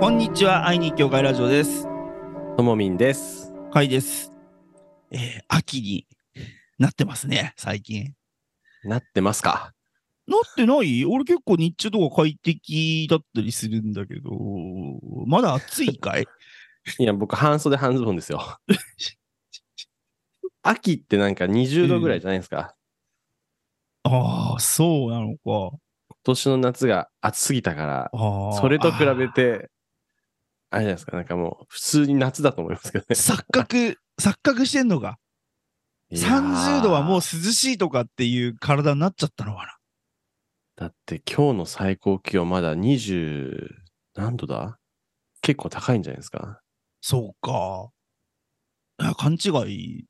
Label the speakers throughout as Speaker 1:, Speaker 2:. Speaker 1: こんにちは、愛に教会ラジオです。
Speaker 2: ともみんです。
Speaker 1: かいです。えー秋になってますね、最近。
Speaker 2: なってますか
Speaker 1: なってない俺結構日中とか快適だったりするんだけど、まだ暑いかい
Speaker 2: いや、僕、半袖半ズボンですよ。秋ってなんか20度ぐらいじゃないですか。
Speaker 1: ああ、そうなのか。
Speaker 2: 今年の夏が暑すぎたから、
Speaker 1: あー
Speaker 2: それと比べ。て、あれじゃないですか、なんかもう、普通に夏だと思いますけど
Speaker 1: あー
Speaker 2: ね。
Speaker 1: 錯覚、錯覚してんのか。
Speaker 2: いやー
Speaker 1: 30度はもう涼しいとかっていう体になっちゃったのかな。
Speaker 2: だって今日の最高気温まだ20、何度だ結構高いんじゃないですか。
Speaker 1: そうか。あ勘違い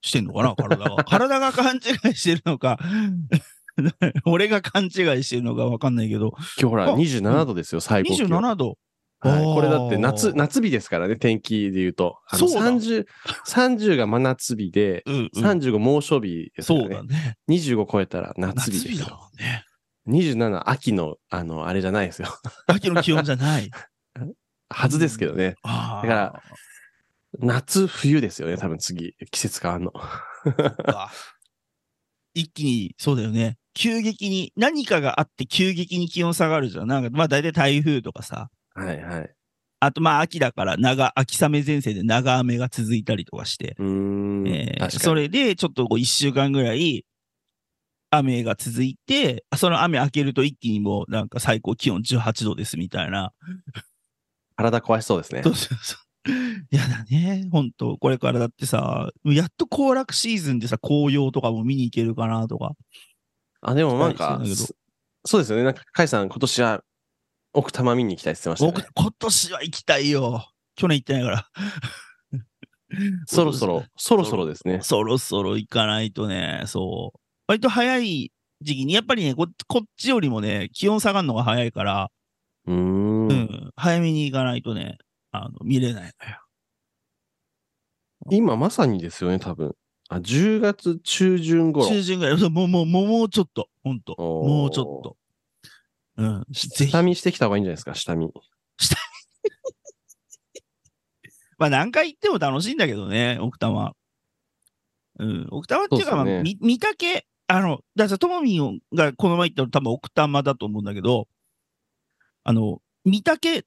Speaker 1: してんのかな、体 が。体が勘違いしてるのか、 俺が勘違いしてるのかわかんないけど、
Speaker 2: 今日ほ
Speaker 1: あ
Speaker 2: ら、27度ですよ、最高気温。
Speaker 1: 27度。
Speaker 2: はい、
Speaker 1: おー
Speaker 2: これだって夏、夏日ですからね、天気で言うと。あの
Speaker 1: そうだ
Speaker 2: 30、30が真夏日で、
Speaker 1: うんうん
Speaker 2: 35猛暑日ですか
Speaker 1: そ
Speaker 2: ら
Speaker 1: う
Speaker 2: ね
Speaker 1: だ。ね。
Speaker 2: 25超えたら夏
Speaker 1: 夏
Speaker 2: 日で
Speaker 1: 日
Speaker 2: す
Speaker 1: だ
Speaker 2: よ。
Speaker 1: もんね。
Speaker 2: 27、秋の、あの、あれじゃないですよ。
Speaker 1: 秋の気温じゃない。
Speaker 2: はずですけどね。
Speaker 1: ああ。
Speaker 2: だから夏、冬ですよね、多分次、季節変わんの。
Speaker 1: か一気に、そうだよね。急激に、何かがあって急激に気温下がるじゃん。なんか、まあ大体台風とかさ。
Speaker 2: はいはい。
Speaker 1: あとまあ秋だから長、秋雨前線で長雨が続いたりとかして。
Speaker 2: うーん。
Speaker 1: えー
Speaker 2: 確か
Speaker 1: そ
Speaker 2: に。
Speaker 1: れでちょっとこう1週間ぐらい雨が続いて、その雨明けると一気にもうなんか最高気温18度ですみたいな。
Speaker 2: 体壊しそうですね
Speaker 1: そ。うそうそう。いやだね、本当これからだってさ、やっと行楽シーズンでさ、紅葉とかも見に行けるかなとか。
Speaker 2: あ、でもなん
Speaker 1: 期
Speaker 2: か
Speaker 1: 待してんだけ、ど
Speaker 2: そそうですよね。なんか、カイさん、今年は奥多摩見に行きたいって言ってました、
Speaker 1: 僕
Speaker 2: ね。、
Speaker 1: 今年は行きたいよ。去年行ってないから。
Speaker 2: そろそろ、そろそろですね。
Speaker 1: そろそろ行かないとね、そう。割と早い時期に、やっぱりねこ、こっちよりもね、気温下がるのが早いから、
Speaker 2: うーん
Speaker 1: う。ん、早めに行かないとね、あの見れないのよ。
Speaker 2: 今まさにですよね、多分。あ、10月中旬頃。
Speaker 1: 中旬ぐらい、そう もう、もう、もうもうちょっと、ほんと。
Speaker 2: おー
Speaker 1: もうちょっと。うん、ぜひ
Speaker 2: 下。見してきた方がいいんじゃないですか、下見。
Speaker 1: まあ、何回行っても楽しいんだけどね、奥多摩。うん、奥多摩っていうか、
Speaker 2: そうっす
Speaker 1: まあ、
Speaker 2: ね
Speaker 1: み見たけ、あの、だからともみんがこの前行ったの多分奥多摩だと思うんだけど、あの、見たけ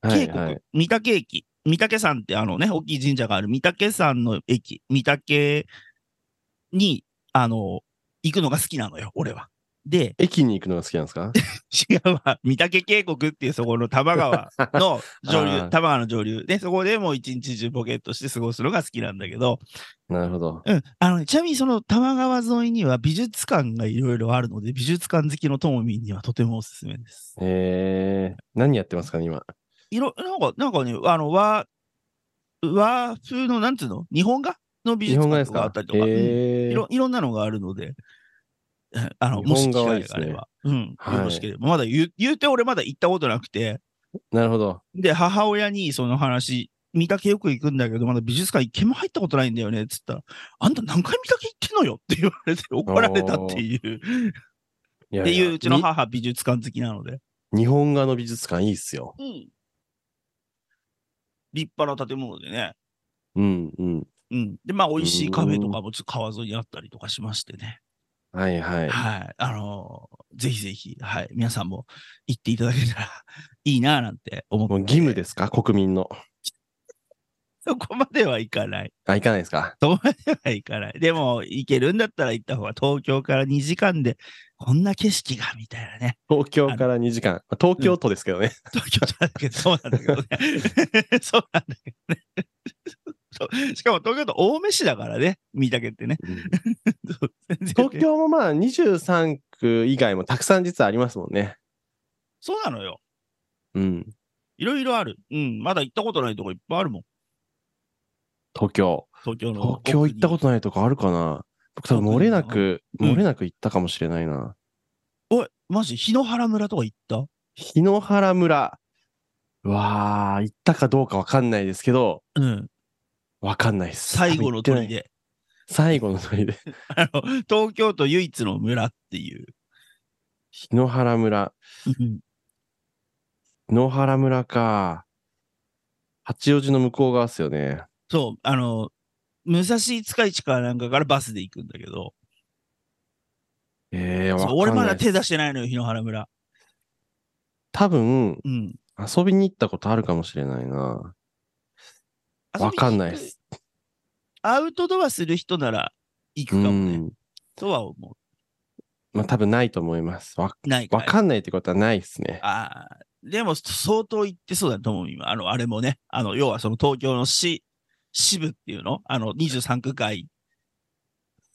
Speaker 2: はい
Speaker 1: 渓
Speaker 2: は
Speaker 1: 谷御
Speaker 2: い。、
Speaker 1: 嶽駅。御嶽山ってあのね、大きい神社がある御嶽山の駅、御嶽に、あの、行くのが好きなのよ、俺は。で、
Speaker 2: 駅に行くのが好きなんですか
Speaker 1: 違うわ、御嶽渓谷っていうそこの多摩川 の上流、
Speaker 2: あ
Speaker 1: 多
Speaker 2: ー
Speaker 1: 摩川の上流で、そこでもう一日中ボケっとして過ごすのが好きなんだけど、
Speaker 2: なるほど。
Speaker 1: うん、あのね、ちなみにその多摩川沿いには美術館がいろいろあるので、美術館好きのともみんにはとてもおすすめです。
Speaker 2: えー、何やってますかね、今。
Speaker 1: いろ、なんか、なんかね、あの、和、和風の、なんつうの日本画の美
Speaker 2: 日
Speaker 1: 術
Speaker 2: 本画
Speaker 1: 館
Speaker 2: です
Speaker 1: とかあ
Speaker 2: か
Speaker 1: ったりとか、うん
Speaker 2: え
Speaker 1: い
Speaker 2: ー
Speaker 1: ろ、いろんなのがあるので、えあの、
Speaker 2: 日
Speaker 1: もし
Speaker 2: 本
Speaker 1: 機
Speaker 2: 画はい
Speaker 1: 会
Speaker 2: いです
Speaker 1: があ
Speaker 2: ね
Speaker 1: れば、うん、
Speaker 2: はい
Speaker 1: よろしければ。まだ言う、言うて俺まだ行ったことなくて、
Speaker 2: なるほど。
Speaker 1: で、母親にその話、見たけよく行くんだけど、まだ美術館一軒も入ったことないんだよね、つったら、あんた何回見たけ行ってんのよって言わ れて怒られたっていう、
Speaker 2: いや
Speaker 1: っ
Speaker 2: いや
Speaker 1: ていううちの
Speaker 2: に
Speaker 1: 母美術館好きなので。
Speaker 2: 日本画の美術館いいっすよ。
Speaker 1: うん立派な建物でね。
Speaker 2: うんうん。
Speaker 1: うん。で、まあ、美味しいカフェとかもちょっと川沿いにあったりとかしましてね。
Speaker 2: はいはい。
Speaker 1: はい。あのーぜひぜひ、はい。皆さんも行っていただけたら いいなぁなんて思って。
Speaker 2: もう義務ですか国民の。
Speaker 1: そこまではいかない。
Speaker 2: あ、行かないですか
Speaker 1: そこまではいかない。でも、行けるんだったら行った方が、東京から2時間で、こんな景色が、みたいなね。
Speaker 2: 東京から2時間。まあ東京都ですけどね。
Speaker 1: 東京じゃないけど、そうなんだけどね。 そうなんだけどね。 そうしかも東京都青梅市だからね、見たけってね。そう全然
Speaker 2: 東京もまあ23区以外もたくさん実はありますもんね。
Speaker 1: そうなのよ。
Speaker 2: うん。
Speaker 1: いろいろある。うん。まだ行ったことないとこいっぱいあるもん。
Speaker 2: 東京。
Speaker 1: 東京の
Speaker 2: 東京行ったこととないとこあるかな僕多分
Speaker 1: 奥に
Speaker 2: 漏れなく、
Speaker 1: うん
Speaker 2: 漏れなく行ったかもしれないな。
Speaker 1: おいマジ日野原村とか行った
Speaker 2: 日野原村。うわあ、行ったかどうかわかんないですけど、
Speaker 1: うん
Speaker 2: わかんないです。
Speaker 1: 最後の
Speaker 2: 多
Speaker 1: 鳥
Speaker 2: 分行ってない。
Speaker 1: で
Speaker 2: 最後の鳥で。
Speaker 1: あの東京都唯一の村っていう
Speaker 2: 日野原村。野原村か。八王子の向こう側っすよね。
Speaker 1: そう、あの、武蔵塚市かなんかからバスで行くんだけど、
Speaker 2: ええ
Speaker 1: そう俺まだ手出してないのよ、檜原村。
Speaker 2: 多分、
Speaker 1: うん。
Speaker 2: 遊びに行ったことあるかもしれないな。わかんないっす。
Speaker 1: アウトドアする人なら行く
Speaker 2: う
Speaker 1: かもね。
Speaker 2: ん。
Speaker 1: とは思う。
Speaker 2: まあ多分ないと思います。わ
Speaker 1: ないか
Speaker 2: わかんないってことはないっすね。
Speaker 1: ああ、でも相当行ってそうだと思う、今。あの、あれもね、あの、要はその東京の市、支部っていうのあの、23区外。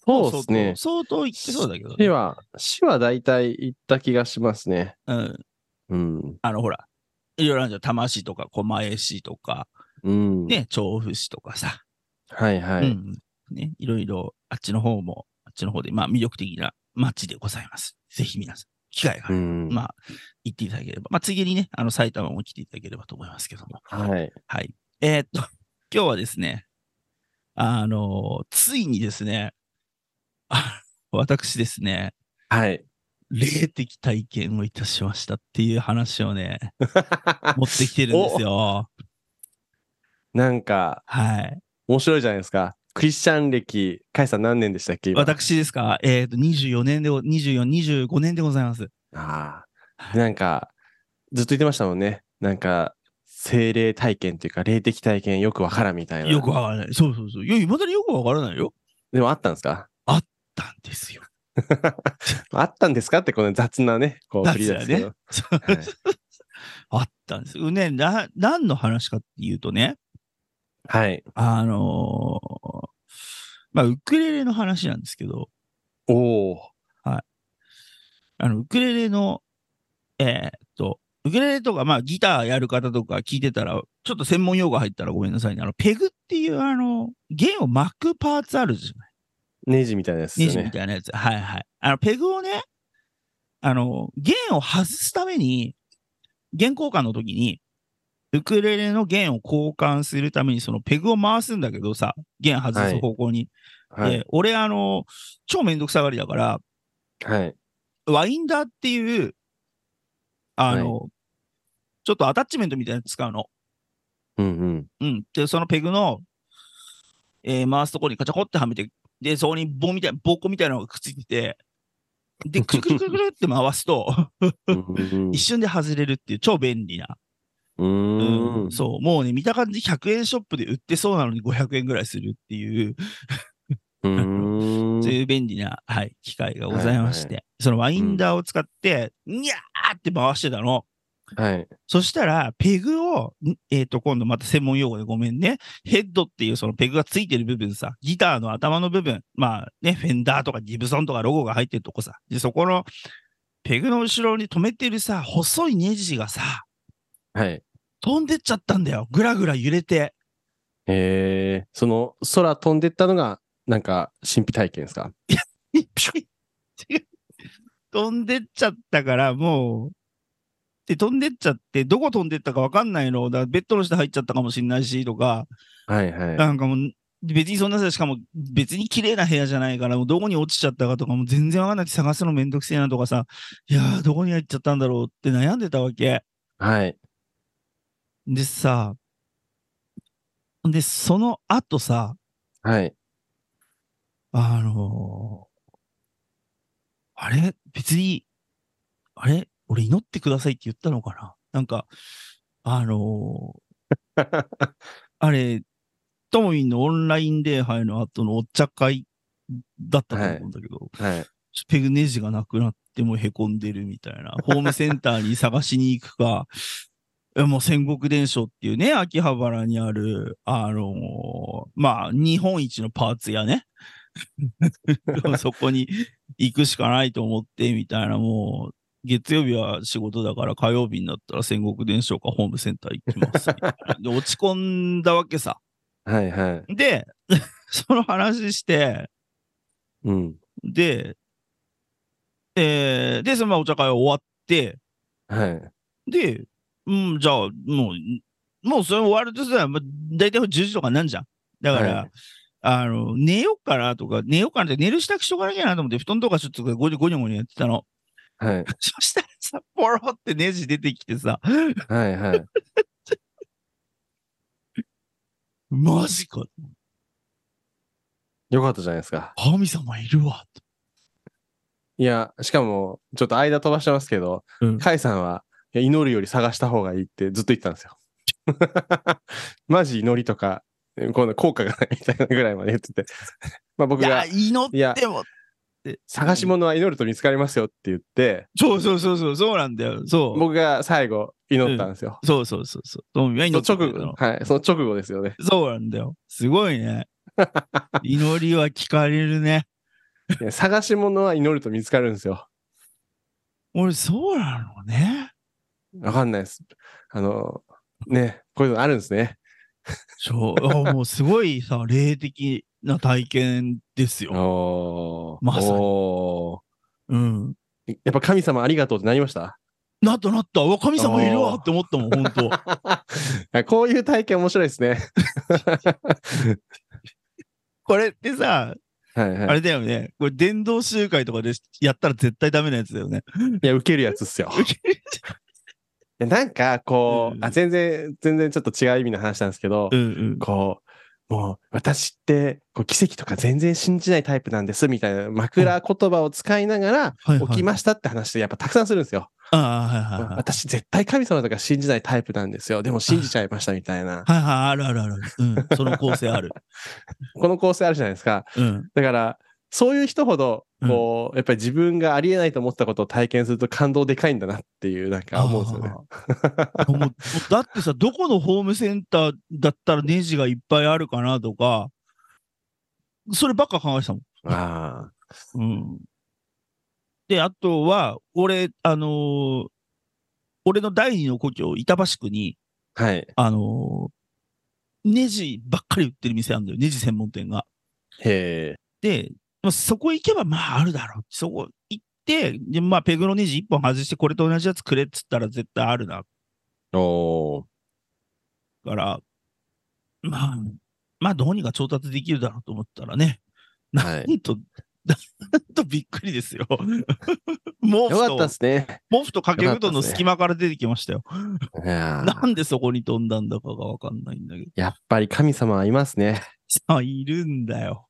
Speaker 2: そうですね。
Speaker 1: 相当相当行ってそうだけど、
Speaker 2: 市
Speaker 1: ね。
Speaker 2: は、市は大体行った気がしますね。
Speaker 1: うん。
Speaker 2: うん。
Speaker 1: あの、ほら、いろいろあるじゃん。多摩市とか、狛江市とか、
Speaker 2: うん。
Speaker 1: ね、調布市とかさ。
Speaker 2: はいは
Speaker 1: う
Speaker 2: い。
Speaker 1: ん。ね、いろいろ、あっちの方も、あっちの方で、まあ、魅力的な街でございます。ぜひ皆さん、機会があ
Speaker 2: う
Speaker 1: れば、
Speaker 2: ん。
Speaker 1: まあ、行っていただければ。まあ、次にね、あの、埼玉も来ていただければと思いますけども。
Speaker 2: はい。
Speaker 1: はい。えーっと、 今日はですね、あのついにですね、あ私ですね、
Speaker 2: はい。
Speaker 1: 霊的体験をいたしましたっていう話をね、 持ってきてるんですよ。
Speaker 2: なんか、
Speaker 1: はい。
Speaker 2: 面白いじゃないですか。クリスチャン歴、カイさん何年でしたっけ今
Speaker 1: 私ですか、えーっと、24年でご、24、25年でございます。
Speaker 2: ああ。なんか、ずっと言ってましたもんね。なんか、精霊体験というか、霊的体験よくわからんみたいな。
Speaker 1: よくわからない。そうそうそう。いや、いまだによくわからないよ。
Speaker 2: でもあったんですか
Speaker 1: たんですよ。
Speaker 2: あったんですかってこの雑なね、こう振り出すけど。
Speaker 1: そう
Speaker 2: はい
Speaker 1: あったんですよ。ね、な、何の話かっていうとね、
Speaker 2: はい。
Speaker 1: あのーまあ、ウクレレの話なんですけど、
Speaker 2: おお。
Speaker 1: あの、ウクレレの、えーっと、ウクレレとか、まあ、ギターやる方とか聞いてたら、ちょっと専門用語入ったらごめんなさいね。あの、ペグっていう、あの、弦を巻くパーツあるじゃない。
Speaker 2: ネジみたいなやつで
Speaker 1: ネ
Speaker 2: す
Speaker 1: ジ
Speaker 2: よ
Speaker 1: み
Speaker 2: ね。
Speaker 1: たいなやつ。はいはい。あの、ペグをね、あの、弦を外すために、弦交換の時に、ウクレレの弦を交換するために、そのペグを回すんだけどさ、弦外す方向に。
Speaker 2: はい。
Speaker 1: で、俺、あの、超めんどくさがりだから、
Speaker 2: はい。
Speaker 1: ワインダーっていう、あの、ちょっとアタッチメントみたいなの使うの。
Speaker 2: う んうん。
Speaker 1: うん。で、そのペグの、えー回すとこにカチャコってはめて、で、そこに棒みたい、棒っこみたいなのがくっついてて、で、くるくるくるくるって回すと、
Speaker 2: うん
Speaker 1: 一瞬で外れるっていう超便利な。
Speaker 2: うんうん。
Speaker 1: そう。もうね、見た感じ100円ショップで売ってそうなのに500円ぐらいするっていう、
Speaker 2: うーん。
Speaker 1: そういう便利な、はい、機械がございまして、
Speaker 2: はい
Speaker 1: そのワインダーを使って、にゃーって回してたの。
Speaker 2: はい。
Speaker 1: そしたら、ペグを、んえっ、と、今度また専門用語でごめんね。ヘッドっていうそのペグがついてる部分さ、ギターの頭の部分、まあね、フェンダーとかギブソンとかロゴが入ってるとこさ。で、そこの、ペグの後ろに止めてるさ、細いネジがさ、
Speaker 2: はい。
Speaker 1: 飛んでっちゃったんだよ。ぐらぐら揺れて。
Speaker 2: えー、その、空飛んでったのが、なんか、神秘体験ですか
Speaker 1: 飛んでっちゃったから、もう、で、飛んでっちゃって、どこ飛んでったかわかんないの。だからベッドの下入っちゃったかもしんないし、とか、
Speaker 2: はいはい。
Speaker 1: なんかもう、別にそんなさ、しかも別に綺麗な部屋じゃないから、もうどこに落ちちゃったかとかも全然わかんなくて探すのめんどくせえなとかさ、いやー、どこに入っちゃったんだろうって悩んでたわけ。
Speaker 2: はい。
Speaker 1: でさ、で、その後さ、
Speaker 2: はい。
Speaker 1: あのーあれ別に、あれ俺祈ってくださいって言ったのかななんか、あのーあれ、ともみんのオンライン礼拝の後のお茶会だったと思うんだけど、
Speaker 2: はい。
Speaker 1: ペグネジがなくなってもへこんでるみたいな、ホームセンターに探しに行くか、 いやもう戦国伝承っていうね、秋葉原にある、あのーまあ、日本一のパーツ屋ね。そこに行くしかないと思って、みたいな、もう、月曜日は仕事だから火曜日になったら戦国伝承かホームセンター行きますみたいな。で、落ち込んだわけさ。
Speaker 2: はいはい。
Speaker 1: で、 その話して、
Speaker 2: うん。
Speaker 1: で、えーで、そのままお茶会は終わって、
Speaker 2: はい。
Speaker 1: で、うん、じゃあ、もう、もうそれ終わるとさ、まあ、大体10時とかなんじゃん。だから、
Speaker 2: はい
Speaker 1: あの、寝ようかなとか、寝ようかなって、寝る支度しとかなきゃなと思って、布団とかちょっとゴニョゴニョゴニョやってたの。
Speaker 2: はい。
Speaker 1: そしたらさ、ポロってネジ出てきてさ、
Speaker 2: はいはい。
Speaker 1: マジか、
Speaker 2: よかったじゃないですか。
Speaker 1: 神様いるわ。
Speaker 2: いや、しかも、ちょっと間飛ばしてますけど、
Speaker 1: うん
Speaker 2: カイさんは、いや祈るより探した方がいいってずっと言ってたんですよ。 マジ祈りとか、この効果がないみたいなぐらいまで言ってて。まあ僕
Speaker 1: いや、
Speaker 2: が、い
Speaker 1: 祈
Speaker 2: や
Speaker 1: っても。って
Speaker 2: 探し物は祈ると見つかりますよって言って、
Speaker 1: そうそうそうそう、そうなんだよ。そう。
Speaker 2: 僕が最後、祈ったんですよ。
Speaker 1: そうそうそうそう。トミーは祈って
Speaker 2: そ
Speaker 1: く
Speaker 2: の
Speaker 1: れた
Speaker 2: 直後
Speaker 1: の、
Speaker 2: はい、その直後です よね。
Speaker 1: そうなんだよ。すごい ね。祈りは聞かれるね。
Speaker 2: いや探し物は祈ると見つかるんですよ。
Speaker 1: 俺、そうなのね。
Speaker 2: わかんないです。あの、ね、こういうのあるんですね。
Speaker 1: そう。あもうすごいさ、霊的な体験ですよ。
Speaker 2: お
Speaker 1: まさに
Speaker 2: お
Speaker 1: うん。
Speaker 2: ーやっぱ神様ありがとうってなりました
Speaker 1: なったなった。うわ、神様いるわって思ったもん、本当
Speaker 2: こういう体験面白いですね。
Speaker 1: これってさ、
Speaker 2: はいはい。
Speaker 1: あれだよね。これ、伝道集会とかでやったら絶対ダメなやつだよね。
Speaker 2: いや、受けるやつっすよ。いやなんか、こう、
Speaker 1: うん
Speaker 2: あ、全然、全然ちょっと違う意味の話なんですけど
Speaker 1: う、んうん。
Speaker 2: こう、もう、私って、こう、奇跡とか全然信じないタイプなんです、みたいな枕言葉を使いながら、
Speaker 1: はい
Speaker 2: 起きましたって話ってやっぱたくさんするんですよ。
Speaker 1: ああ、はいはいはい。
Speaker 2: 私絶対神様とか信じないタイプなんですよ。でも信じちゃいましたみたい
Speaker 1: はい
Speaker 2: な。
Speaker 1: はい、あるあるある。うん、その構成ある。
Speaker 2: この構成あるじゃないですか。
Speaker 1: うん。
Speaker 2: だから、そういう人ほど、こう、やっぱり自分がありえないと思ったことを体験すると感動でかいんだなっていう、なんか思うんですよね。
Speaker 1: あーもうもうだってさ、どこのホームセンターだったらネジがいっぱいあるかなとか、そればっか考えてたもん。
Speaker 2: あ
Speaker 1: うん、で、あとは、俺、あのー俺の第二の故郷、板橋区に、
Speaker 2: あ。はい。
Speaker 1: あのーネジばっかり売ってる店あるんだよ、ネジ専門店が。
Speaker 2: へえ。
Speaker 1: で、まあ、そこ行けばまああるだろう。そこ行って、でまあ、ペグのネジ1本外して、これと同じやつくれっつったら絶対あるな。
Speaker 2: おー。
Speaker 1: から、まあ、まあ、どうにか調達できるだろうと思ったらね、
Speaker 2: はい
Speaker 1: なんと、 なんとびっくりです よ。毛布
Speaker 2: よかった
Speaker 1: と
Speaker 2: っ、すね。
Speaker 1: 毛布と掛け布団
Speaker 2: よかったっ
Speaker 1: の
Speaker 2: すね
Speaker 1: 隙間から出てきましたよ。
Speaker 2: いやー
Speaker 1: なんでそこに飛んだんだかがわかんないんだけど。
Speaker 2: やっぱり神様はいますね。
Speaker 1: あ、いるんだよ。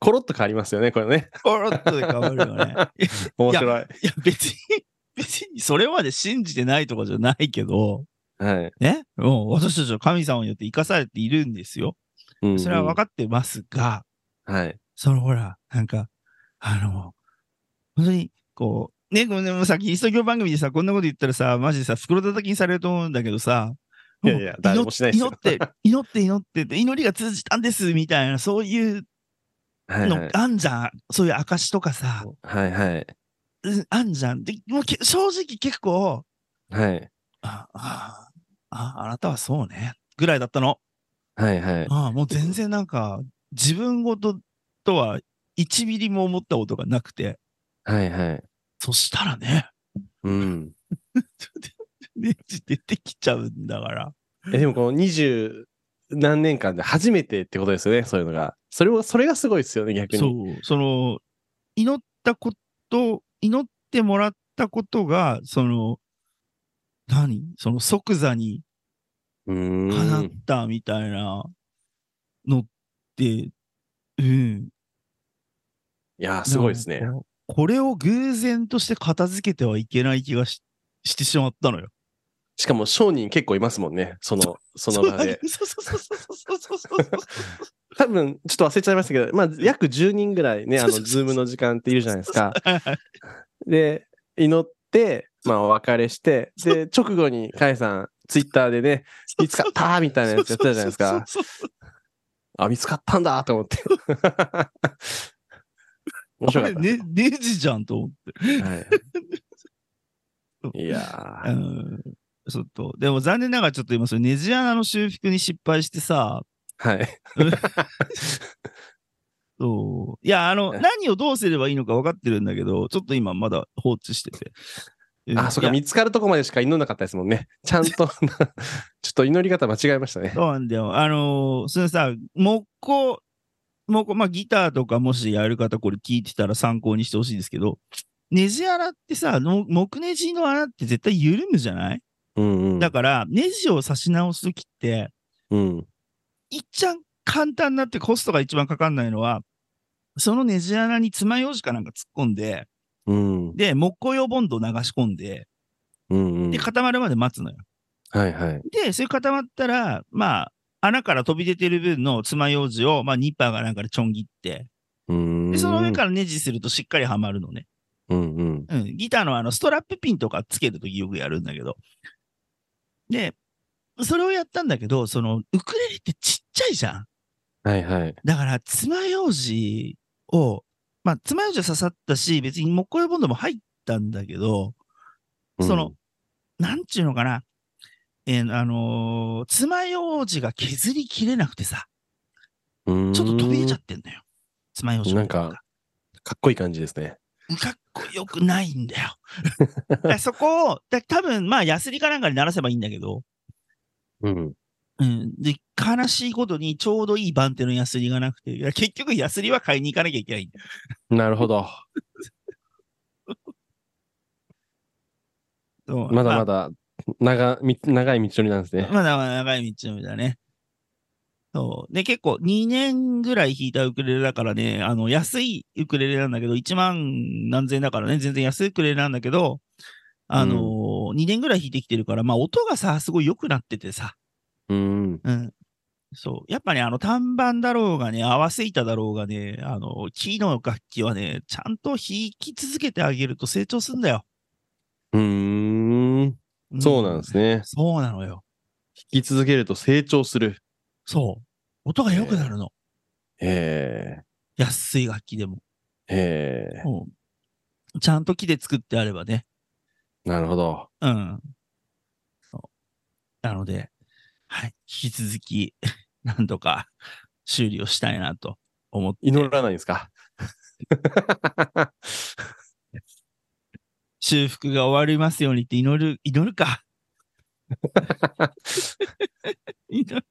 Speaker 2: コロッと変わりますよね、これね。
Speaker 1: コロッとで変わるよ ね。
Speaker 2: 面白い。
Speaker 1: いや、別に、別にそれまで信じてないとかじゃないけど、
Speaker 2: はい。
Speaker 1: ね、もう私たちの神様によって生かされているんですよ。
Speaker 2: うんうん
Speaker 1: それは分かってますが、
Speaker 2: はい。
Speaker 1: そのほら、なんか、あの、本当に、こう、ね、このでもさっき、イスト教番組でさ、こんなこと言ったらさ、マジでさ、袋叩きにされると思うんだけどさ、
Speaker 2: いやいや
Speaker 1: もう
Speaker 2: 誰もしないですよ
Speaker 1: 祈って、祈って、祈ってって、祈りが通じたんです、みたいな、そういう
Speaker 2: はいは
Speaker 1: の
Speaker 2: い、。
Speaker 1: あんじゃん。そういう証とかさ、
Speaker 2: はいはい。
Speaker 1: うんあんじゃん。で、もうけ正直結構、
Speaker 2: はい。
Speaker 1: あああ、あなたはそうね。ぐらいだったの。
Speaker 2: はいはい。
Speaker 1: ああもう全然なんか、自分ごととは1ミリも思ったことがなくて。
Speaker 2: はいはい。
Speaker 1: そしたらね、
Speaker 2: うん。
Speaker 1: ネジ出てきちゃうんだから。
Speaker 2: えでもこの二十何年間で初めてってことですよね、そういうのが。それを、それがすごいですよね、逆に。
Speaker 1: そう。その、祈ったこと、祈ってもらったことが、その、何その即座に
Speaker 2: うーん。
Speaker 1: 叶ったみたいなのって、うん、
Speaker 2: いやー、すごいですね
Speaker 1: な。んか。これを偶然として片付けてはいけない気がししてしまったのよ。
Speaker 2: しかも商人結構いますもんね、そ の、その場で。
Speaker 1: そうそうそうそうそうそうそうそう
Speaker 2: 多分、ちょっと忘れちゃいましたけど、まあ、約10人ぐらいね、あ
Speaker 1: そう
Speaker 2: の、
Speaker 1: そうそう
Speaker 2: ズームの時間っているじゃないですか。
Speaker 1: はいはい
Speaker 2: で、祈って、まあ、お別れして、で、直後に、カエさん、ツイッターでね、見つかったーみ たいなやつやってたじゃないですか。
Speaker 1: そうそうそう
Speaker 2: あ、見つかったんだーと思って。
Speaker 1: そう
Speaker 2: 面白かった
Speaker 1: こ。れね、ネジじゃんと思って。
Speaker 2: はい、いや
Speaker 1: う
Speaker 2: ー
Speaker 1: ん。ちょっと、でも残念ながらちょっと今それネジ穴の修復に失敗してさ、
Speaker 2: はい。
Speaker 1: そういや、あの、何をどうすればいいのか分かってるんだけど、ちょっと今まだ放置してて。うん
Speaker 2: あ、そっか、
Speaker 1: いや
Speaker 2: 見つかるとこまでしか祈んなかったですもんね。ちゃんと、ちょ っと祈り方間違えましたね。
Speaker 1: そうなんだよ。あのーそのさ、木工、もうこう、まあ、ギターとかもしやる方これ聞いてたら参考にしてほしいんですけど、ネジ穴ってさ、の木ネジの穴って絶対緩むじゃない
Speaker 2: うんうん。
Speaker 1: だから、ネジを差し直すときって、
Speaker 2: うん。
Speaker 1: 一番簡単になってコストが一番かかんないのは、そのネジ穴に爪楊枝かなんか突っ込んで、
Speaker 2: うん。
Speaker 1: で、木工用ボンドを流し込んで、
Speaker 2: うんうん
Speaker 1: で、。固まるまで待つのよ。
Speaker 2: はいはい。
Speaker 1: で、それ固まったら、まあ、穴から飛び出てる分の爪楊枝を、まあ、ニッパーがなんかでちょん切って、
Speaker 2: うん。
Speaker 1: で、その上からネジするとしっかりはまるのね。
Speaker 2: ら。うんうん。
Speaker 1: うん、ギターのあの、ストラップピンとかつけるときよくやるんだけど。で、それをやったんだけど、その、ウクレレってちっちゃいじゃん。
Speaker 2: はいはい。
Speaker 1: だから、爪楊枝を、まあ、爪楊枝は刺さったし、別に木工用ボンドも入ったんだけど、
Speaker 2: うん
Speaker 1: その、なんちゅうのかな。えーあのー爪楊枝が削りきれなくてさ、
Speaker 2: うん
Speaker 1: ちょっと飛び出ちゃってんのよ。爪楊枝の
Speaker 2: なんかかっこいい感じですね。
Speaker 1: かっこよくないんだよ。 だからそこを、だ多分まあ、ヤスリかなんかに鳴らせばいいんだけど、
Speaker 2: うん。
Speaker 1: うん、で、悲しいことにちょうどいい番手のヤスリがなくて、いや結局ヤスリは買いに行かなきゃいけないんだよ。
Speaker 2: なるほど。
Speaker 1: そう
Speaker 2: まだまだ、長、み長い道のりなんですね。
Speaker 1: まだまだ長い道のりだね。そう。で、結構2年ぐらい弾いたウクレレだからね、あの、安いウクレレなんだけど、1万何千円だからね、全然安いウクレレなんだけど、あのー2年ぐらい弾いてきてるから、まあ音がさ、すごい良くなっててさ、
Speaker 2: うん。
Speaker 1: うん。そう。やっぱね、あの、単板だろうがね、合わせ板だろうがね、あの、キーの楽器はね、ちゃんと弾き続けてあげると成長すんだよ。。
Speaker 2: うーん。そうなんですすね。
Speaker 1: そうなのよ。
Speaker 2: 引き続けると成長する。
Speaker 1: そう。音が良くなるの。
Speaker 2: へ
Speaker 1: 安い楽器でも。
Speaker 2: え。へ
Speaker 1: うんちゃんと木で作ってあればね。
Speaker 2: え。なるほど。
Speaker 1: うん。そうなので、はい。引き続き、 なんとか修理をしたいなと思って。
Speaker 2: 祈らないんですか
Speaker 1: 修復が終わりますようにって祈る、祈る か。祈る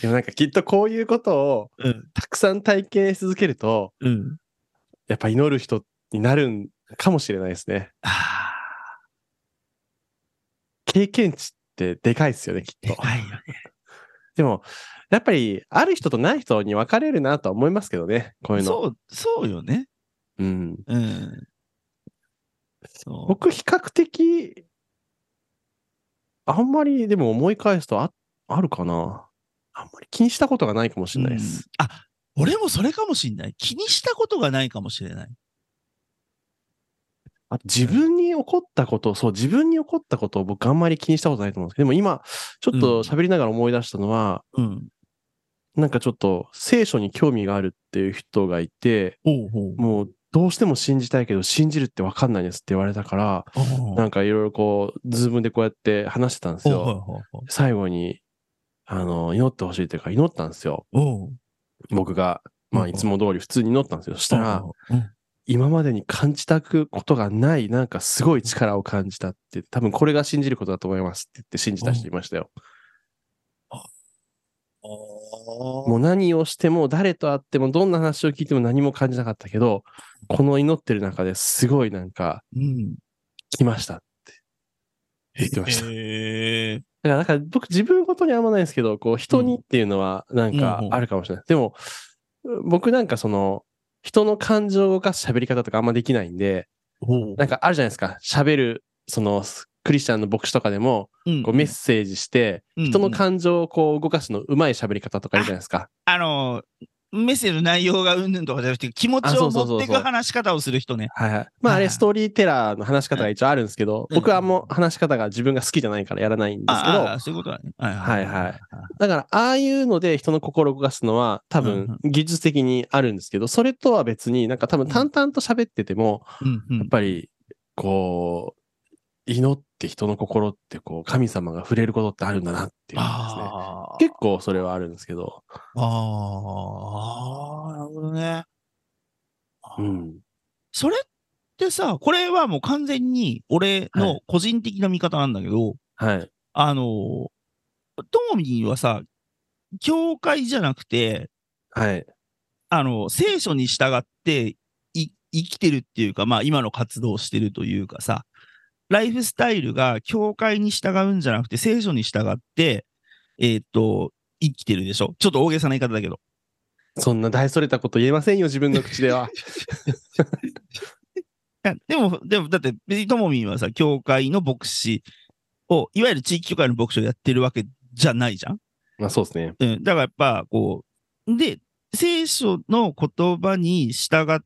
Speaker 2: でもなんかきっとこういうことを
Speaker 1: うん
Speaker 2: たくさん体験し続けると、
Speaker 1: うん。
Speaker 2: やっぱ祈る人になるんかもしれないですね。
Speaker 1: ああ、
Speaker 2: 経験値ってでかいですよね、き
Speaker 1: で
Speaker 2: っと。
Speaker 1: かいよね。
Speaker 2: でも、やっぱりある人とない人に分かれるなとは思いますけどね、こういうの。
Speaker 1: そう、そうよね。
Speaker 2: うん、
Speaker 1: うん。そう
Speaker 2: 僕、比較的、あんまりでも思い返すとああるかな。あんまり気にしたことがないかもしれないです。
Speaker 1: うんあ、俺もそれかもしんない。気にしたことがないかもしれない。
Speaker 2: あと自分に起こったこと、そう、自分に起こったことを僕あんまり気にしたことないと思うんですけど、でも今、ちょっと喋りながら思い出したのは、
Speaker 1: うん。
Speaker 2: なんかちょっと聖書に興味があるっていう人がいて、
Speaker 1: ほうほう。
Speaker 2: もうどうしても信じたいけど信じるって分かんないですって言われたから、
Speaker 1: おう
Speaker 2: なんかいろいろこう、ズームでこうやって話してたんです
Speaker 1: おう
Speaker 2: よ。
Speaker 1: ほうほう
Speaker 2: 最後に、あの、祈ってほしいというか祈ったんですよ。
Speaker 1: おう
Speaker 2: 僕が、ま
Speaker 1: う
Speaker 2: あ
Speaker 1: ん
Speaker 2: いつも通り普通に祈ったんですよ。そしたら、
Speaker 1: うん
Speaker 2: 今までに感じたことがない、なんかすごい力を感じたって、多分これが信じることだと思いますって言って信じた人いましたよ。もう何をしても、誰と会っても、どんな話を聞いても何も感じなかったけど、この祈ってる中ですごいなんか
Speaker 1: うん。
Speaker 2: 来ましたって言ってました。
Speaker 1: へえ。
Speaker 2: だからなんか僕自分ごとにあんまないんですけど、こう人にっていうのはなんかあるかもしれない。でも僕なんかその人の感情を動かす喋り方とかあんまできないんで、
Speaker 1: おう
Speaker 2: なんかあるじゃないですか。喋る、そのクリスチャンの牧師とかでも
Speaker 1: うん
Speaker 2: こうメッセージして、人の感情をこう動かすのうまい喋り方とかいるじゃないですか。
Speaker 1: あの、メッセージの内容がうんぬんとかじゃなくて、気持ち
Speaker 2: あそ
Speaker 1: を
Speaker 2: うそうそ
Speaker 1: 持
Speaker 2: うそう
Speaker 1: っていく話し方をする人ね。
Speaker 2: はいはい。まああ
Speaker 1: はいは
Speaker 2: れ
Speaker 1: い
Speaker 2: ストーリーテラーの話し方が一応あるんですけど、
Speaker 1: うん
Speaker 2: 僕はあんま話し方が自分が好きじゃないからやらないんですけど
Speaker 1: あ、あ、そういうことだね。はい
Speaker 2: はいはいだから、ああいうので人の心を動かすのは、多
Speaker 1: うん
Speaker 2: 分、技術的にあるんですけど、それとは別になんか多分、淡々と喋ってても、
Speaker 1: うんう
Speaker 2: やっ
Speaker 1: ん。
Speaker 2: ぱり、こう、祈って人の心って、こう、神様が触れることってあるんだなっていうのがですね。
Speaker 1: ああ。
Speaker 2: 結構それはあるんですけど、
Speaker 1: ああ、なるほどね。
Speaker 2: うん。
Speaker 1: それってさ、これはもう完全に俺
Speaker 2: は
Speaker 1: の個人的な見方なんだけど、
Speaker 2: はい。
Speaker 1: あのー、トーミーはさ、教会じゃなくて、
Speaker 2: はい。
Speaker 1: あの、聖書に従ってい生きてるっていうか、まあ今の活動をしてるというかさ、ライフスタイルが教会に従うんじゃなくて、聖書に従って、えーっと、生きてるでしょちょっと大げさな言い方だけど。
Speaker 2: そんな大それたこと言えませんよ、自分の口では。
Speaker 1: いやでも、でも、だって、別にともみんはさ、教会の牧師を、いわゆる地域教会の牧師をやってるわけじゃないじゃん
Speaker 2: まあそうですね。
Speaker 1: うん、だからやっぱこう、で、聖書の言葉に従っ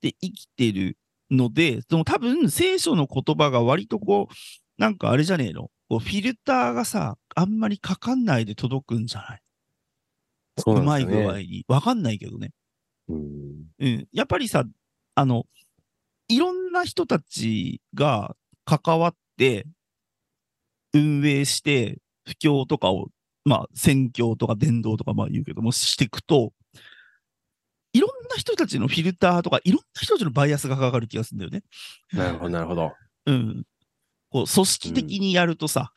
Speaker 1: て生きてるので、でも多分聖書の言葉が割とこう、なんかあれじゃねえのこうフィルターがさ、あんまりかかんないで届くんじゃない,、
Speaker 2: そううな
Speaker 1: ま
Speaker 2: ん
Speaker 1: い
Speaker 2: です
Speaker 1: 具
Speaker 2: よね。
Speaker 1: 合に。わかんないけどね。
Speaker 2: うん
Speaker 1: うん。やっぱりさ、あの、いろんな人たちが関わって、運営して、布教とかを、まあ、宣教とか伝道とか、まあ言うけども、していくと、いろんな人たちのフィルターとか、いろんな人たちのバイアスがかかる気がするんだよね。
Speaker 2: なるほど、なるほど。
Speaker 1: うん。こう、組織的にやるとさ、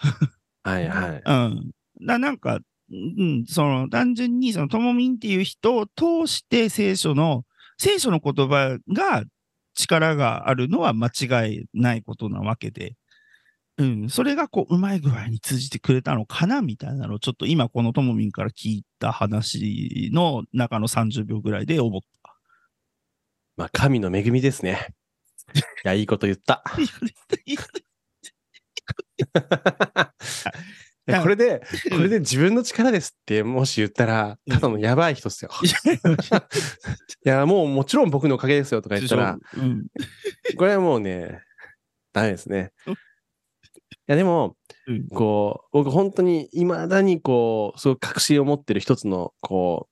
Speaker 2: はいはい。
Speaker 1: うん。ななんか、うん、その単純にそのともみんっていう人を通して聖書の聖書の言葉が力があるのは間違いないことなわけで、うん、それがこううまい具合に通じてくれたのかなみたいなのをちょっと今このともみんから聞いた話の中の30秒ぐらいで思った。
Speaker 2: まあ、神の恵みですね。 いや、いいこと言 った。いやこれで、これで自分の力ですって、もし言ったら、ただのやばい人っすよ。 いや、もうもちろん僕のおかげですよとか言ったら、
Speaker 1: うん、
Speaker 2: これはもうね、ダメで すね。いや、でも、
Speaker 1: うん
Speaker 2: こう、僕本当に未だにこう、すごく確信を持ってる一つの、こ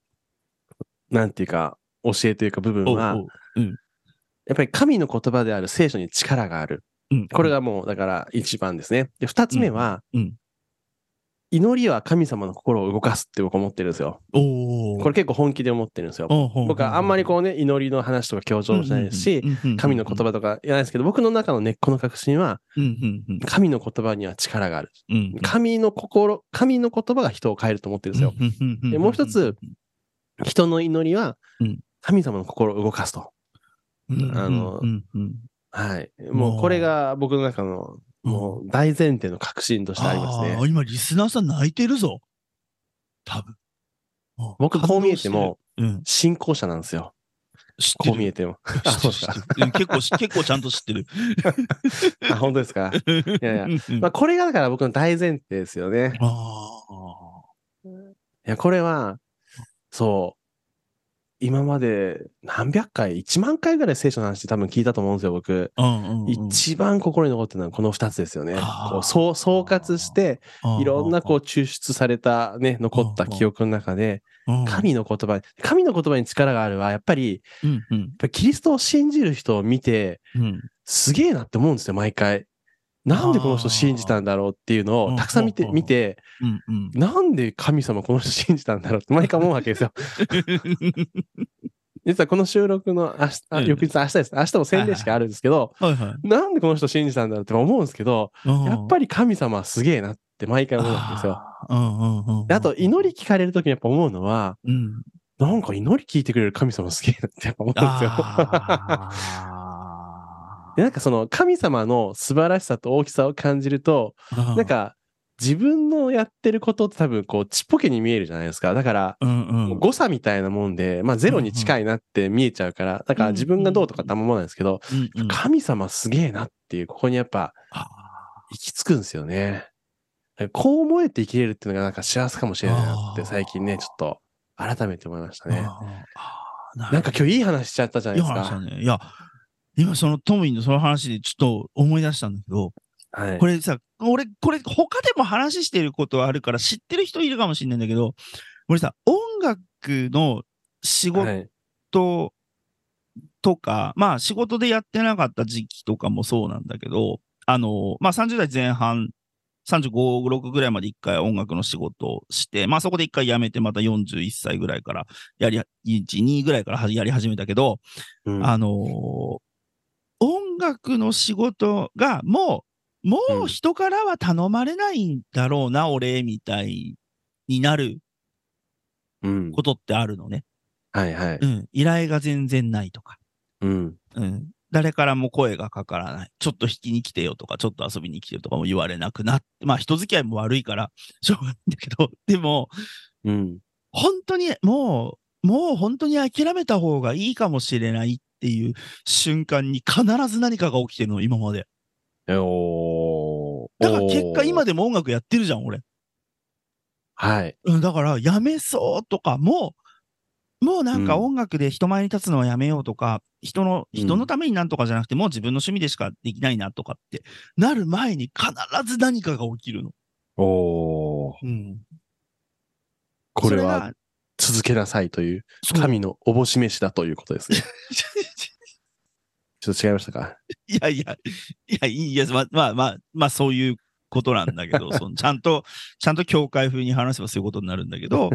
Speaker 2: う、なんていうか、教えというか部分
Speaker 1: おう
Speaker 2: は、
Speaker 1: おう
Speaker 2: やっぱり神の言葉である聖書に力がある。
Speaker 1: うん
Speaker 2: これがもう、だから一番ですね。で、二つ目は、
Speaker 1: うんうん
Speaker 2: 祈りは神様の心を動かすって僕は思ってるんですよ。
Speaker 1: おー
Speaker 2: これ結構本気で思ってるんですよ。
Speaker 1: おうおうおう
Speaker 2: 僕はあんまりこうね、祈りの話とか強調しないですし、、神の言
Speaker 1: 葉、
Speaker 2: 葉とか言わないですけど、僕の中の根っこの確信は、
Speaker 1: うんうんうん
Speaker 2: 神の言葉には力がある。
Speaker 1: うん
Speaker 2: 神の心、神の言葉が人を変えると思ってるんですよ。
Speaker 1: よ
Speaker 2: でもう一つ、人の祈りは
Speaker 1: うん、
Speaker 2: 神様の心を動かすと。あの
Speaker 1: うんうん
Speaker 2: はい。もうこれが僕の中の、もう大前提の確信としてあります
Speaker 1: あ
Speaker 2: ね。
Speaker 1: ー今、リスナーさん泣いてるぞ。多分。も
Speaker 2: 僕、こう見えて、も、
Speaker 1: 感動してるうん、
Speaker 2: 信仰者なんですよ。
Speaker 1: 知って
Speaker 2: こ
Speaker 1: る。
Speaker 2: う見えても。
Speaker 1: 知
Speaker 2: あ
Speaker 1: って
Speaker 2: そ
Speaker 1: る
Speaker 2: うですか
Speaker 1: 知ってるうん結構し、結構ちゃんと知ってる。
Speaker 2: あ、本当ですか。
Speaker 1: い
Speaker 2: やいやま
Speaker 1: ま
Speaker 2: あ、これがだから僕の大前提ですよね。
Speaker 1: あ
Speaker 2: いや、これは、そう。今まで何百回、1万回ぐらい聖書の話多分聞いたと思うんですよ、僕。
Speaker 1: あ。うんうんうん
Speaker 2: 一番心に残ってるのはこの2つですよね。
Speaker 1: あー
Speaker 2: こうそう総括して、いろんなこう抽出されたね、残った記憶の中で、
Speaker 1: うん、
Speaker 2: 神の言葉、神の言葉に力があるは、やっぱり、やっ
Speaker 1: うんうん
Speaker 2: ぱりキリストを信じる人を見て、
Speaker 1: うん
Speaker 2: すげえなって思うんですよ、毎回。なんでこの人信じたんだろうっていうの
Speaker 1: あ
Speaker 2: を
Speaker 1: ー
Speaker 2: たくさん見て、
Speaker 1: うん
Speaker 2: 見て、
Speaker 1: うんうん
Speaker 2: なんで神様この人信じたんだろうって毎回思うわけですよ。実はこの収録の明日、あ
Speaker 1: うん
Speaker 2: 翌日明日です。明日も洗礼式あるんですけど、
Speaker 1: はいはい
Speaker 2: なんでこの人信じたんだろうって思うんですけど、
Speaker 1: うん。
Speaker 2: やっぱり神様はすげえなって毎回思うわけですよ。
Speaker 1: あーうんうんうん
Speaker 2: であと、祈り聞かれるときにやっぱ思うのは、
Speaker 1: うん。
Speaker 2: なんか祈り聞いてくれる神様すげえなってやっぱ思うんですよ。
Speaker 1: あ
Speaker 2: でなんかその神様の素晴らしさと大きさを感じると、
Speaker 1: ー
Speaker 2: なん、か自分のやってることって多分こうちっぽけに見えるじゃないですか。だから
Speaker 1: うんうん、
Speaker 2: もう誤差みたいなもんで、まあゼロに近いなって見えちゃうから、だから自分がどうとかってあんま思わないんですけど、
Speaker 1: うんうん
Speaker 2: 神様すげえなっていう、ここにやっぱ
Speaker 1: あ
Speaker 2: 行き着くんですよね。こう思えて生きれるっていうのがなんか幸せかもしれないなって最近ね、ちょっと改めて思いました
Speaker 1: ー
Speaker 2: ね。
Speaker 1: あーな
Speaker 2: なん
Speaker 1: る
Speaker 2: か今日いい話しちゃったじゃ
Speaker 1: ほどいい
Speaker 2: ないです
Speaker 1: 話だ
Speaker 2: か。
Speaker 1: ね。いや、今そのトミーのその話でちょっと思い出したんだけど、
Speaker 2: はい
Speaker 1: こ。れさ、俺、これ他でも話してることはあるから知ってる人いるかもしれないんだけど、俺さ、音楽の仕事
Speaker 2: はい
Speaker 1: と、とか、まあ仕事でやってなかった時期とかもそうなんだけど、あの、まあ30代前半、35、6ぐらいまで一回音楽の仕事をして、まあそこで一回辞めて、また41歳ぐらいから、やり、1、2ぐらいからはやり始めたけど、
Speaker 2: うん
Speaker 1: あのー音楽の仕事がもう、もう人からは頼まれないんだろうな、俺、みたいになる
Speaker 2: うん
Speaker 1: ことってあるのね。。
Speaker 2: はいはいう
Speaker 1: ん、依頼が全然ないとか、
Speaker 2: うん。
Speaker 1: うん、誰からも声がかからない、ちょっと引きに来てよとか、ちょっと遊びに来てよとかも言われなくなって、まあ人付き合いも悪いから、 しょうがないんだけど、でも、
Speaker 2: うん。
Speaker 1: 本当にもう、もう本当に諦めた方がいいかもしれないっていう瞬間に必ず何かが起きてるの、今まで。
Speaker 2: おー
Speaker 1: だから結果今
Speaker 2: で。
Speaker 1: でも音楽やってるじゃん、俺。
Speaker 2: はい。
Speaker 1: うん、だからやめそうとか、もう、もうなんか
Speaker 2: うん
Speaker 1: 音楽で人前に立つのはやめようとか、人の、
Speaker 2: うん
Speaker 1: 人のためになんとかじゃなくて、もう自分の趣味でしかできないなとかって、なる前に必ず何かが起きるの。
Speaker 2: おー
Speaker 1: うん。
Speaker 2: これ
Speaker 1: そ
Speaker 2: は続けなさいという、
Speaker 1: が、
Speaker 2: 神のおぼし飯だということ ですね。
Speaker 1: そう
Speaker 2: ちょっと違いまし たか
Speaker 1: いやいや、いや、いいや、まあまあまあ、まあそういうことなんだけど、そのちゃんと、ちゃんと教会風に話せばそういうことになるんだけど、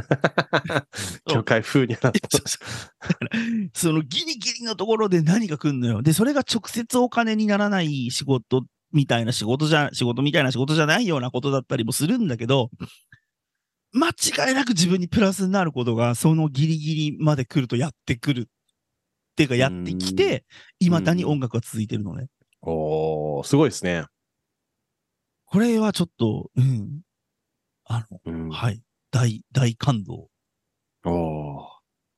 Speaker 2: 教会風になっ
Speaker 1: そうそのギリギリのところで何か来んのよ。で、それが直接お金にならない仕事みたいな仕事じゃ、仕事みたいな仕事じゃないようなことだったりもするんだけど、間違いなく自分にプラスになることが、そのギリギリまで来るとやってくる。っていうか、やってきて、いまだに音楽が続いてるのね。
Speaker 2: おーすごいですね。
Speaker 1: これはちょっと、うん。あの、
Speaker 2: うん
Speaker 1: はい。大、大感動
Speaker 2: おー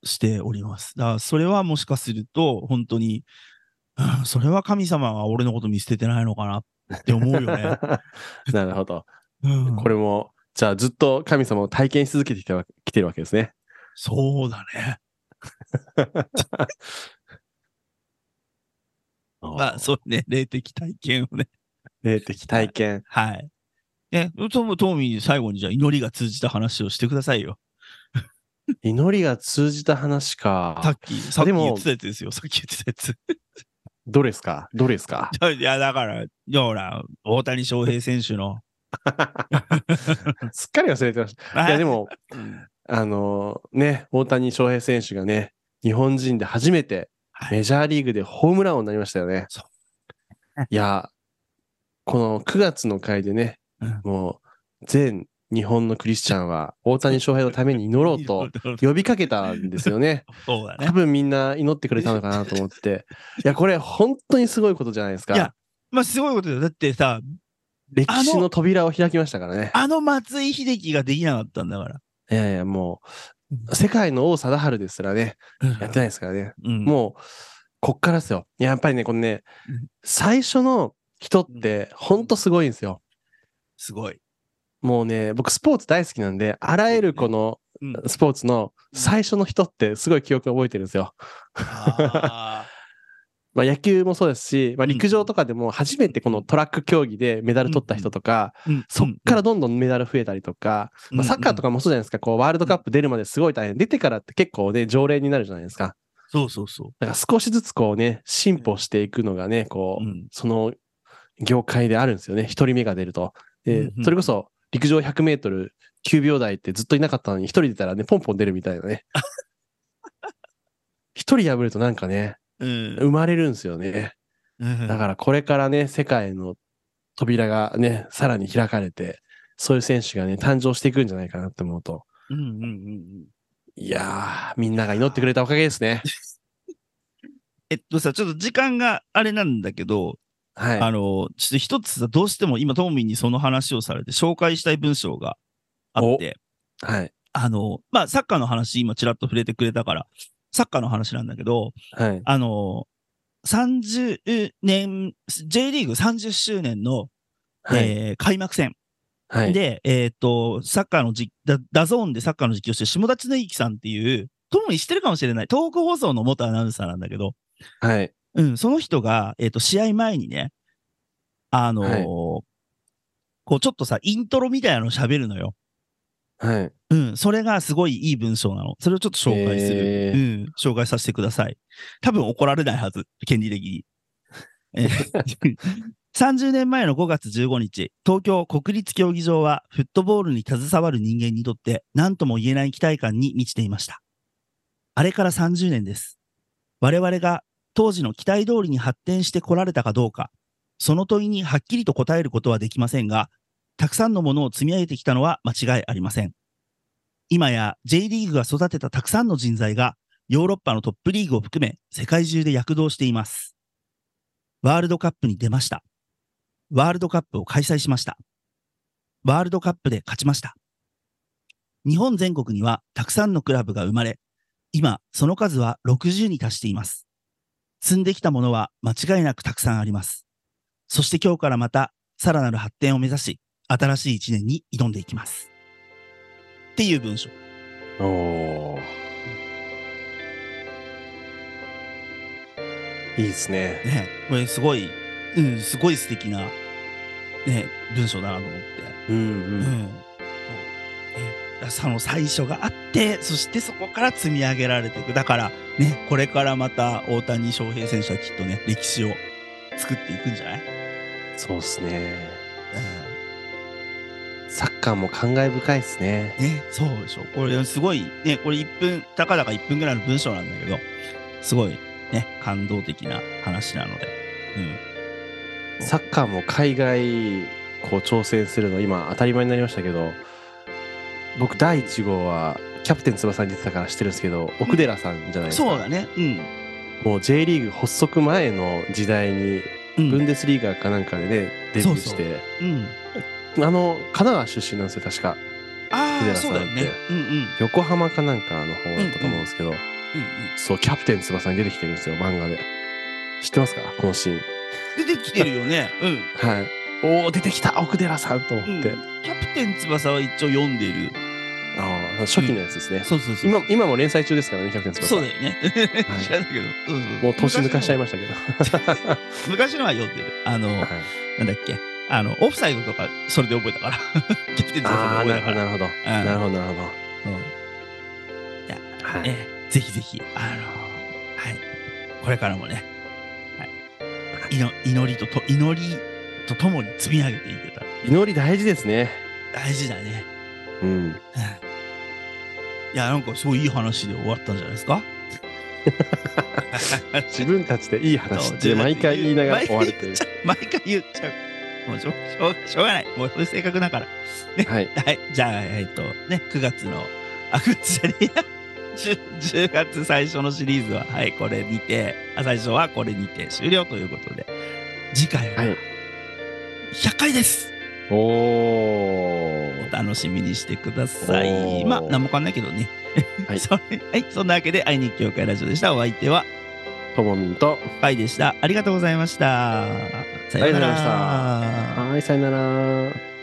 Speaker 1: しております。だからそれはもしかすると、本当に、うんそれは神様は俺のこと見捨ててないのかなって思うよね。
Speaker 2: なるほど。
Speaker 1: うん、
Speaker 2: これも、じゃあずっと神様を体験し続けてきたわ来てるわけ ですね。
Speaker 1: そうだね。まあ、そうね。霊的体験をね。
Speaker 2: 霊的体験。
Speaker 1: はい。ね、トム、トミー、最後にじゃあ祈りが通じた話をしてくださいよ。
Speaker 2: 祈りが通じた話
Speaker 1: さ
Speaker 2: か
Speaker 1: っ。き、さっき
Speaker 2: でも
Speaker 1: 言ってたやつですよ。さっき言ってたやつ。
Speaker 2: どれですかどれですか
Speaker 1: いや、だから、いやほら、大谷翔平選手の。
Speaker 2: すっかり忘れてました。いや、でも、
Speaker 1: うん、
Speaker 2: あのね、大谷翔平選手がね、日本人で初めて
Speaker 1: はい
Speaker 2: メジャーリーグでホームラン王になりましたよね
Speaker 1: そ。
Speaker 2: いや、この9月の回でね、
Speaker 1: うん
Speaker 2: もう全日本のクリスチャンは大谷翔平のために祈ろうと呼びかけたんですよね。
Speaker 1: そうだね
Speaker 2: 多。分みんな祈ってくれたのかなと思って。いや、これ本当にすごいことじゃないです
Speaker 1: いや
Speaker 2: か。
Speaker 1: まあ、すごいことだよ。だってさ、
Speaker 2: 歴史
Speaker 1: あ
Speaker 2: の
Speaker 1: の
Speaker 2: 扉を開きましたからね。
Speaker 1: あの松井秀喜ができなかったんだから。
Speaker 2: いやいや、もう、世界の王貞治ですらね、やってないですからね。
Speaker 1: うん
Speaker 2: もう、こっからですよ。いややっぱりね、このね
Speaker 1: うん、
Speaker 2: 最初の人って、ほんとすごいんですよ。
Speaker 1: すごい。
Speaker 2: もうね、僕、スポーツ大好きなんで、あらゆるこの
Speaker 1: うん
Speaker 2: スポーツの最初の人って、すごい記憶を覚えてるんですよ。
Speaker 1: あ
Speaker 2: まあ、野球もそうですし、まあ、
Speaker 1: うん
Speaker 2: 陸上とかでも、初めてこのトラック競技でメダル取った人とか、
Speaker 1: ーうん
Speaker 2: そっからどんどんメダル増えたりとか、まあ、サッカーと
Speaker 1: か。
Speaker 2: かもそうじゃないですか、こう、ワールドカップ出るまですごい大変。出てからって結構ね、条例になるじゃないですか。
Speaker 1: そうそうそ
Speaker 2: だから少しずつこうね、進歩していくのがね、こ
Speaker 1: う。
Speaker 2: う
Speaker 1: う、ん
Speaker 2: その業界であるんですよね。一人目が出ると。
Speaker 1: うん
Speaker 2: で
Speaker 1: うん、
Speaker 2: それこそ陸上100メートル9秒台ってずっといなかったのに、一人出たらね、ポンポン出るみたいなね。 一人破るとなんかね、
Speaker 1: うん
Speaker 2: 生まれるんですよね。
Speaker 1: うん
Speaker 2: だからこれからね、世界の扉がね、さらに開かれて、そういう選手がね、誕生していくんじゃないかなって思うと、
Speaker 1: うんうんうんうん
Speaker 2: いやー、みんなが祈ってくれたおかげですね。
Speaker 1: えっとさ、ちょっと時間があれなんだけど、
Speaker 2: はい。
Speaker 1: あの、ちょっと一つさ、どうしても今、トーミーにその話をされて紹介したい文章があって、
Speaker 2: はい。
Speaker 1: あの、まあ、サッカーの話、今、ちらっと触れてくれたから、サッカーの話なんだけど、
Speaker 2: はい。
Speaker 1: あの、30年、J リーグ30周年の、
Speaker 2: はい。
Speaker 1: えー開幕戦
Speaker 2: はい。
Speaker 1: で、えっ、と、サッカーのじダ、ダゾーンでサッカーの実況してる下立の之さんっていう、ともに知ってるかもしれない、東北放送の元アナウンサーなんだけど、
Speaker 2: はい。
Speaker 1: うん、その人が、えっ、と、試合前にね、あのー
Speaker 2: はい
Speaker 1: こう、ちょっとさ、イントロみたいなの喋るのよ。
Speaker 2: はい。
Speaker 1: うん、それがすごいいい文章なの。それをちょっと紹介する。
Speaker 2: えー
Speaker 1: うん、紹介させてください。多分怒られないはず、権利的に。えー 30年前の5月15日、東京国立競技場はフットボールに携わる人間にとって何とも言えない期待感に満ちていました。あれから30年です。我々が当時の期待通りに発展してこられたかどうか、その問いにはっきりと答えることはできませんが、たくさんのものを積み上げてきたのは間違いありません。今や J リーグが育てたたくさんの人材がヨーロッパのトップリーグを含め、世界中で躍動しています。ワールドカップに出ました。ワールドカップを開催しました。ワールドカップで勝ちました。日本全国にはたくさんのクラブが生まれ、今、その数は60に達しています。積んできたものは間違いなくたくさんあります。そして今日からまた、さらなる発展を目指し、新しい一年に挑んでいきます。っていう文章。
Speaker 2: おーいいですね。
Speaker 1: ね、これすごい、うん、すごい素敵な、ね、文章だなと思って。
Speaker 2: うん
Speaker 1: うん。
Speaker 2: うん。
Speaker 1: ねだからその最初があって、そしてそこから積み上げられていく。だから、ね、これからまた大谷翔平選手はきっとね、歴史を作っていくんじゃない、うん
Speaker 2: そうですね。サッカーも感慨深いですね。
Speaker 1: ね、そうでしょ。これすごい、ね、これ1分、たかだか1分ぐらいの文章なんだけど、すごいね、感動的な話なので。うん。
Speaker 2: サッカーも海外、こう挑戦するの、今当たり前になりましたけど、僕第1号は、キャプテン翼に出てたから知ってるんですけど、奥寺さんじゃないですか。
Speaker 1: そうだね。うん。
Speaker 2: もう J リーグ発足前の時代に、
Speaker 1: うん。
Speaker 2: ブンデスリーガーかなんかでね、デビューして、
Speaker 1: そううん。
Speaker 2: あの、神奈川出身なんですよ、確か。
Speaker 1: あ
Speaker 2: 藤
Speaker 1: あ、
Speaker 2: 原さ
Speaker 1: そ
Speaker 2: ん
Speaker 1: う
Speaker 2: だ
Speaker 1: だ
Speaker 2: っ
Speaker 1: よ
Speaker 2: て
Speaker 1: ね。うんうん。うん
Speaker 2: 横浜かなんかの方だったと思うんですけど、
Speaker 1: うん
Speaker 2: そう、キャプテン翼に出てきてるんですよ、漫画で。知ってますかこのシーン。
Speaker 1: 出てきてるよね。うん。
Speaker 2: はい。おお出てきた奥寺さんと思
Speaker 1: うん
Speaker 2: って。
Speaker 1: キャプテン翼は一応読んでる。
Speaker 2: ああ、初期のやつですね。
Speaker 1: そうそうそう。
Speaker 2: 今今も連載中ですからね、キャプテン翼。
Speaker 1: そうだよね。
Speaker 2: はい
Speaker 1: 知らないけど。そうそう
Speaker 2: もう年抜かしちゃい
Speaker 1: ま
Speaker 2: ましたけど。
Speaker 1: す。昔のは読んでる。あの、
Speaker 2: はい
Speaker 1: なんだっけ。あの、オフサイドとか、それで覚えた から。キャプテン
Speaker 2: あ
Speaker 1: 翼
Speaker 2: あ、
Speaker 1: で
Speaker 2: な
Speaker 1: 覚え
Speaker 2: る
Speaker 1: た
Speaker 2: ほ
Speaker 1: から。
Speaker 2: ど、なるほど。
Speaker 1: あー
Speaker 2: なるほど、なるほど。
Speaker 1: うん
Speaker 2: はい。
Speaker 1: ねぜひぜひ、あのはい。これからもね、はい。いの祈りとと、祈りとともに積み上げていけたら
Speaker 2: 祈り大事ですね。
Speaker 1: 大事だね。
Speaker 2: うん。
Speaker 1: うんいや、なんかすごいいい話で終わったんじゃないです か
Speaker 2: 自分たちでいい話って毎回言いながら終わるという。
Speaker 1: 毎回言っちゃう。もうしょしょうしょうがない。もうそういう性格だから。
Speaker 2: はい。
Speaker 1: はい。じゃあ、えっと、ね、9月の、あ、9月じゃねえや。10, 10月最初のシリーズは、はい、これにて、あ最初はこれにて終了ということで、次回
Speaker 2: は。
Speaker 1: はい100回です、
Speaker 2: お
Speaker 1: お
Speaker 2: ー。
Speaker 1: 楽しみにしてください。
Speaker 2: おー
Speaker 1: まあ、なんも変わんないけどね。
Speaker 2: は い
Speaker 1: それはい。そんなわけで、会いに協会ラジオでした。お相手は、
Speaker 2: ともみんと。
Speaker 1: パイでした。ありがとうございました。さようなら。
Speaker 2: ありがとうございましたはい、さよなら。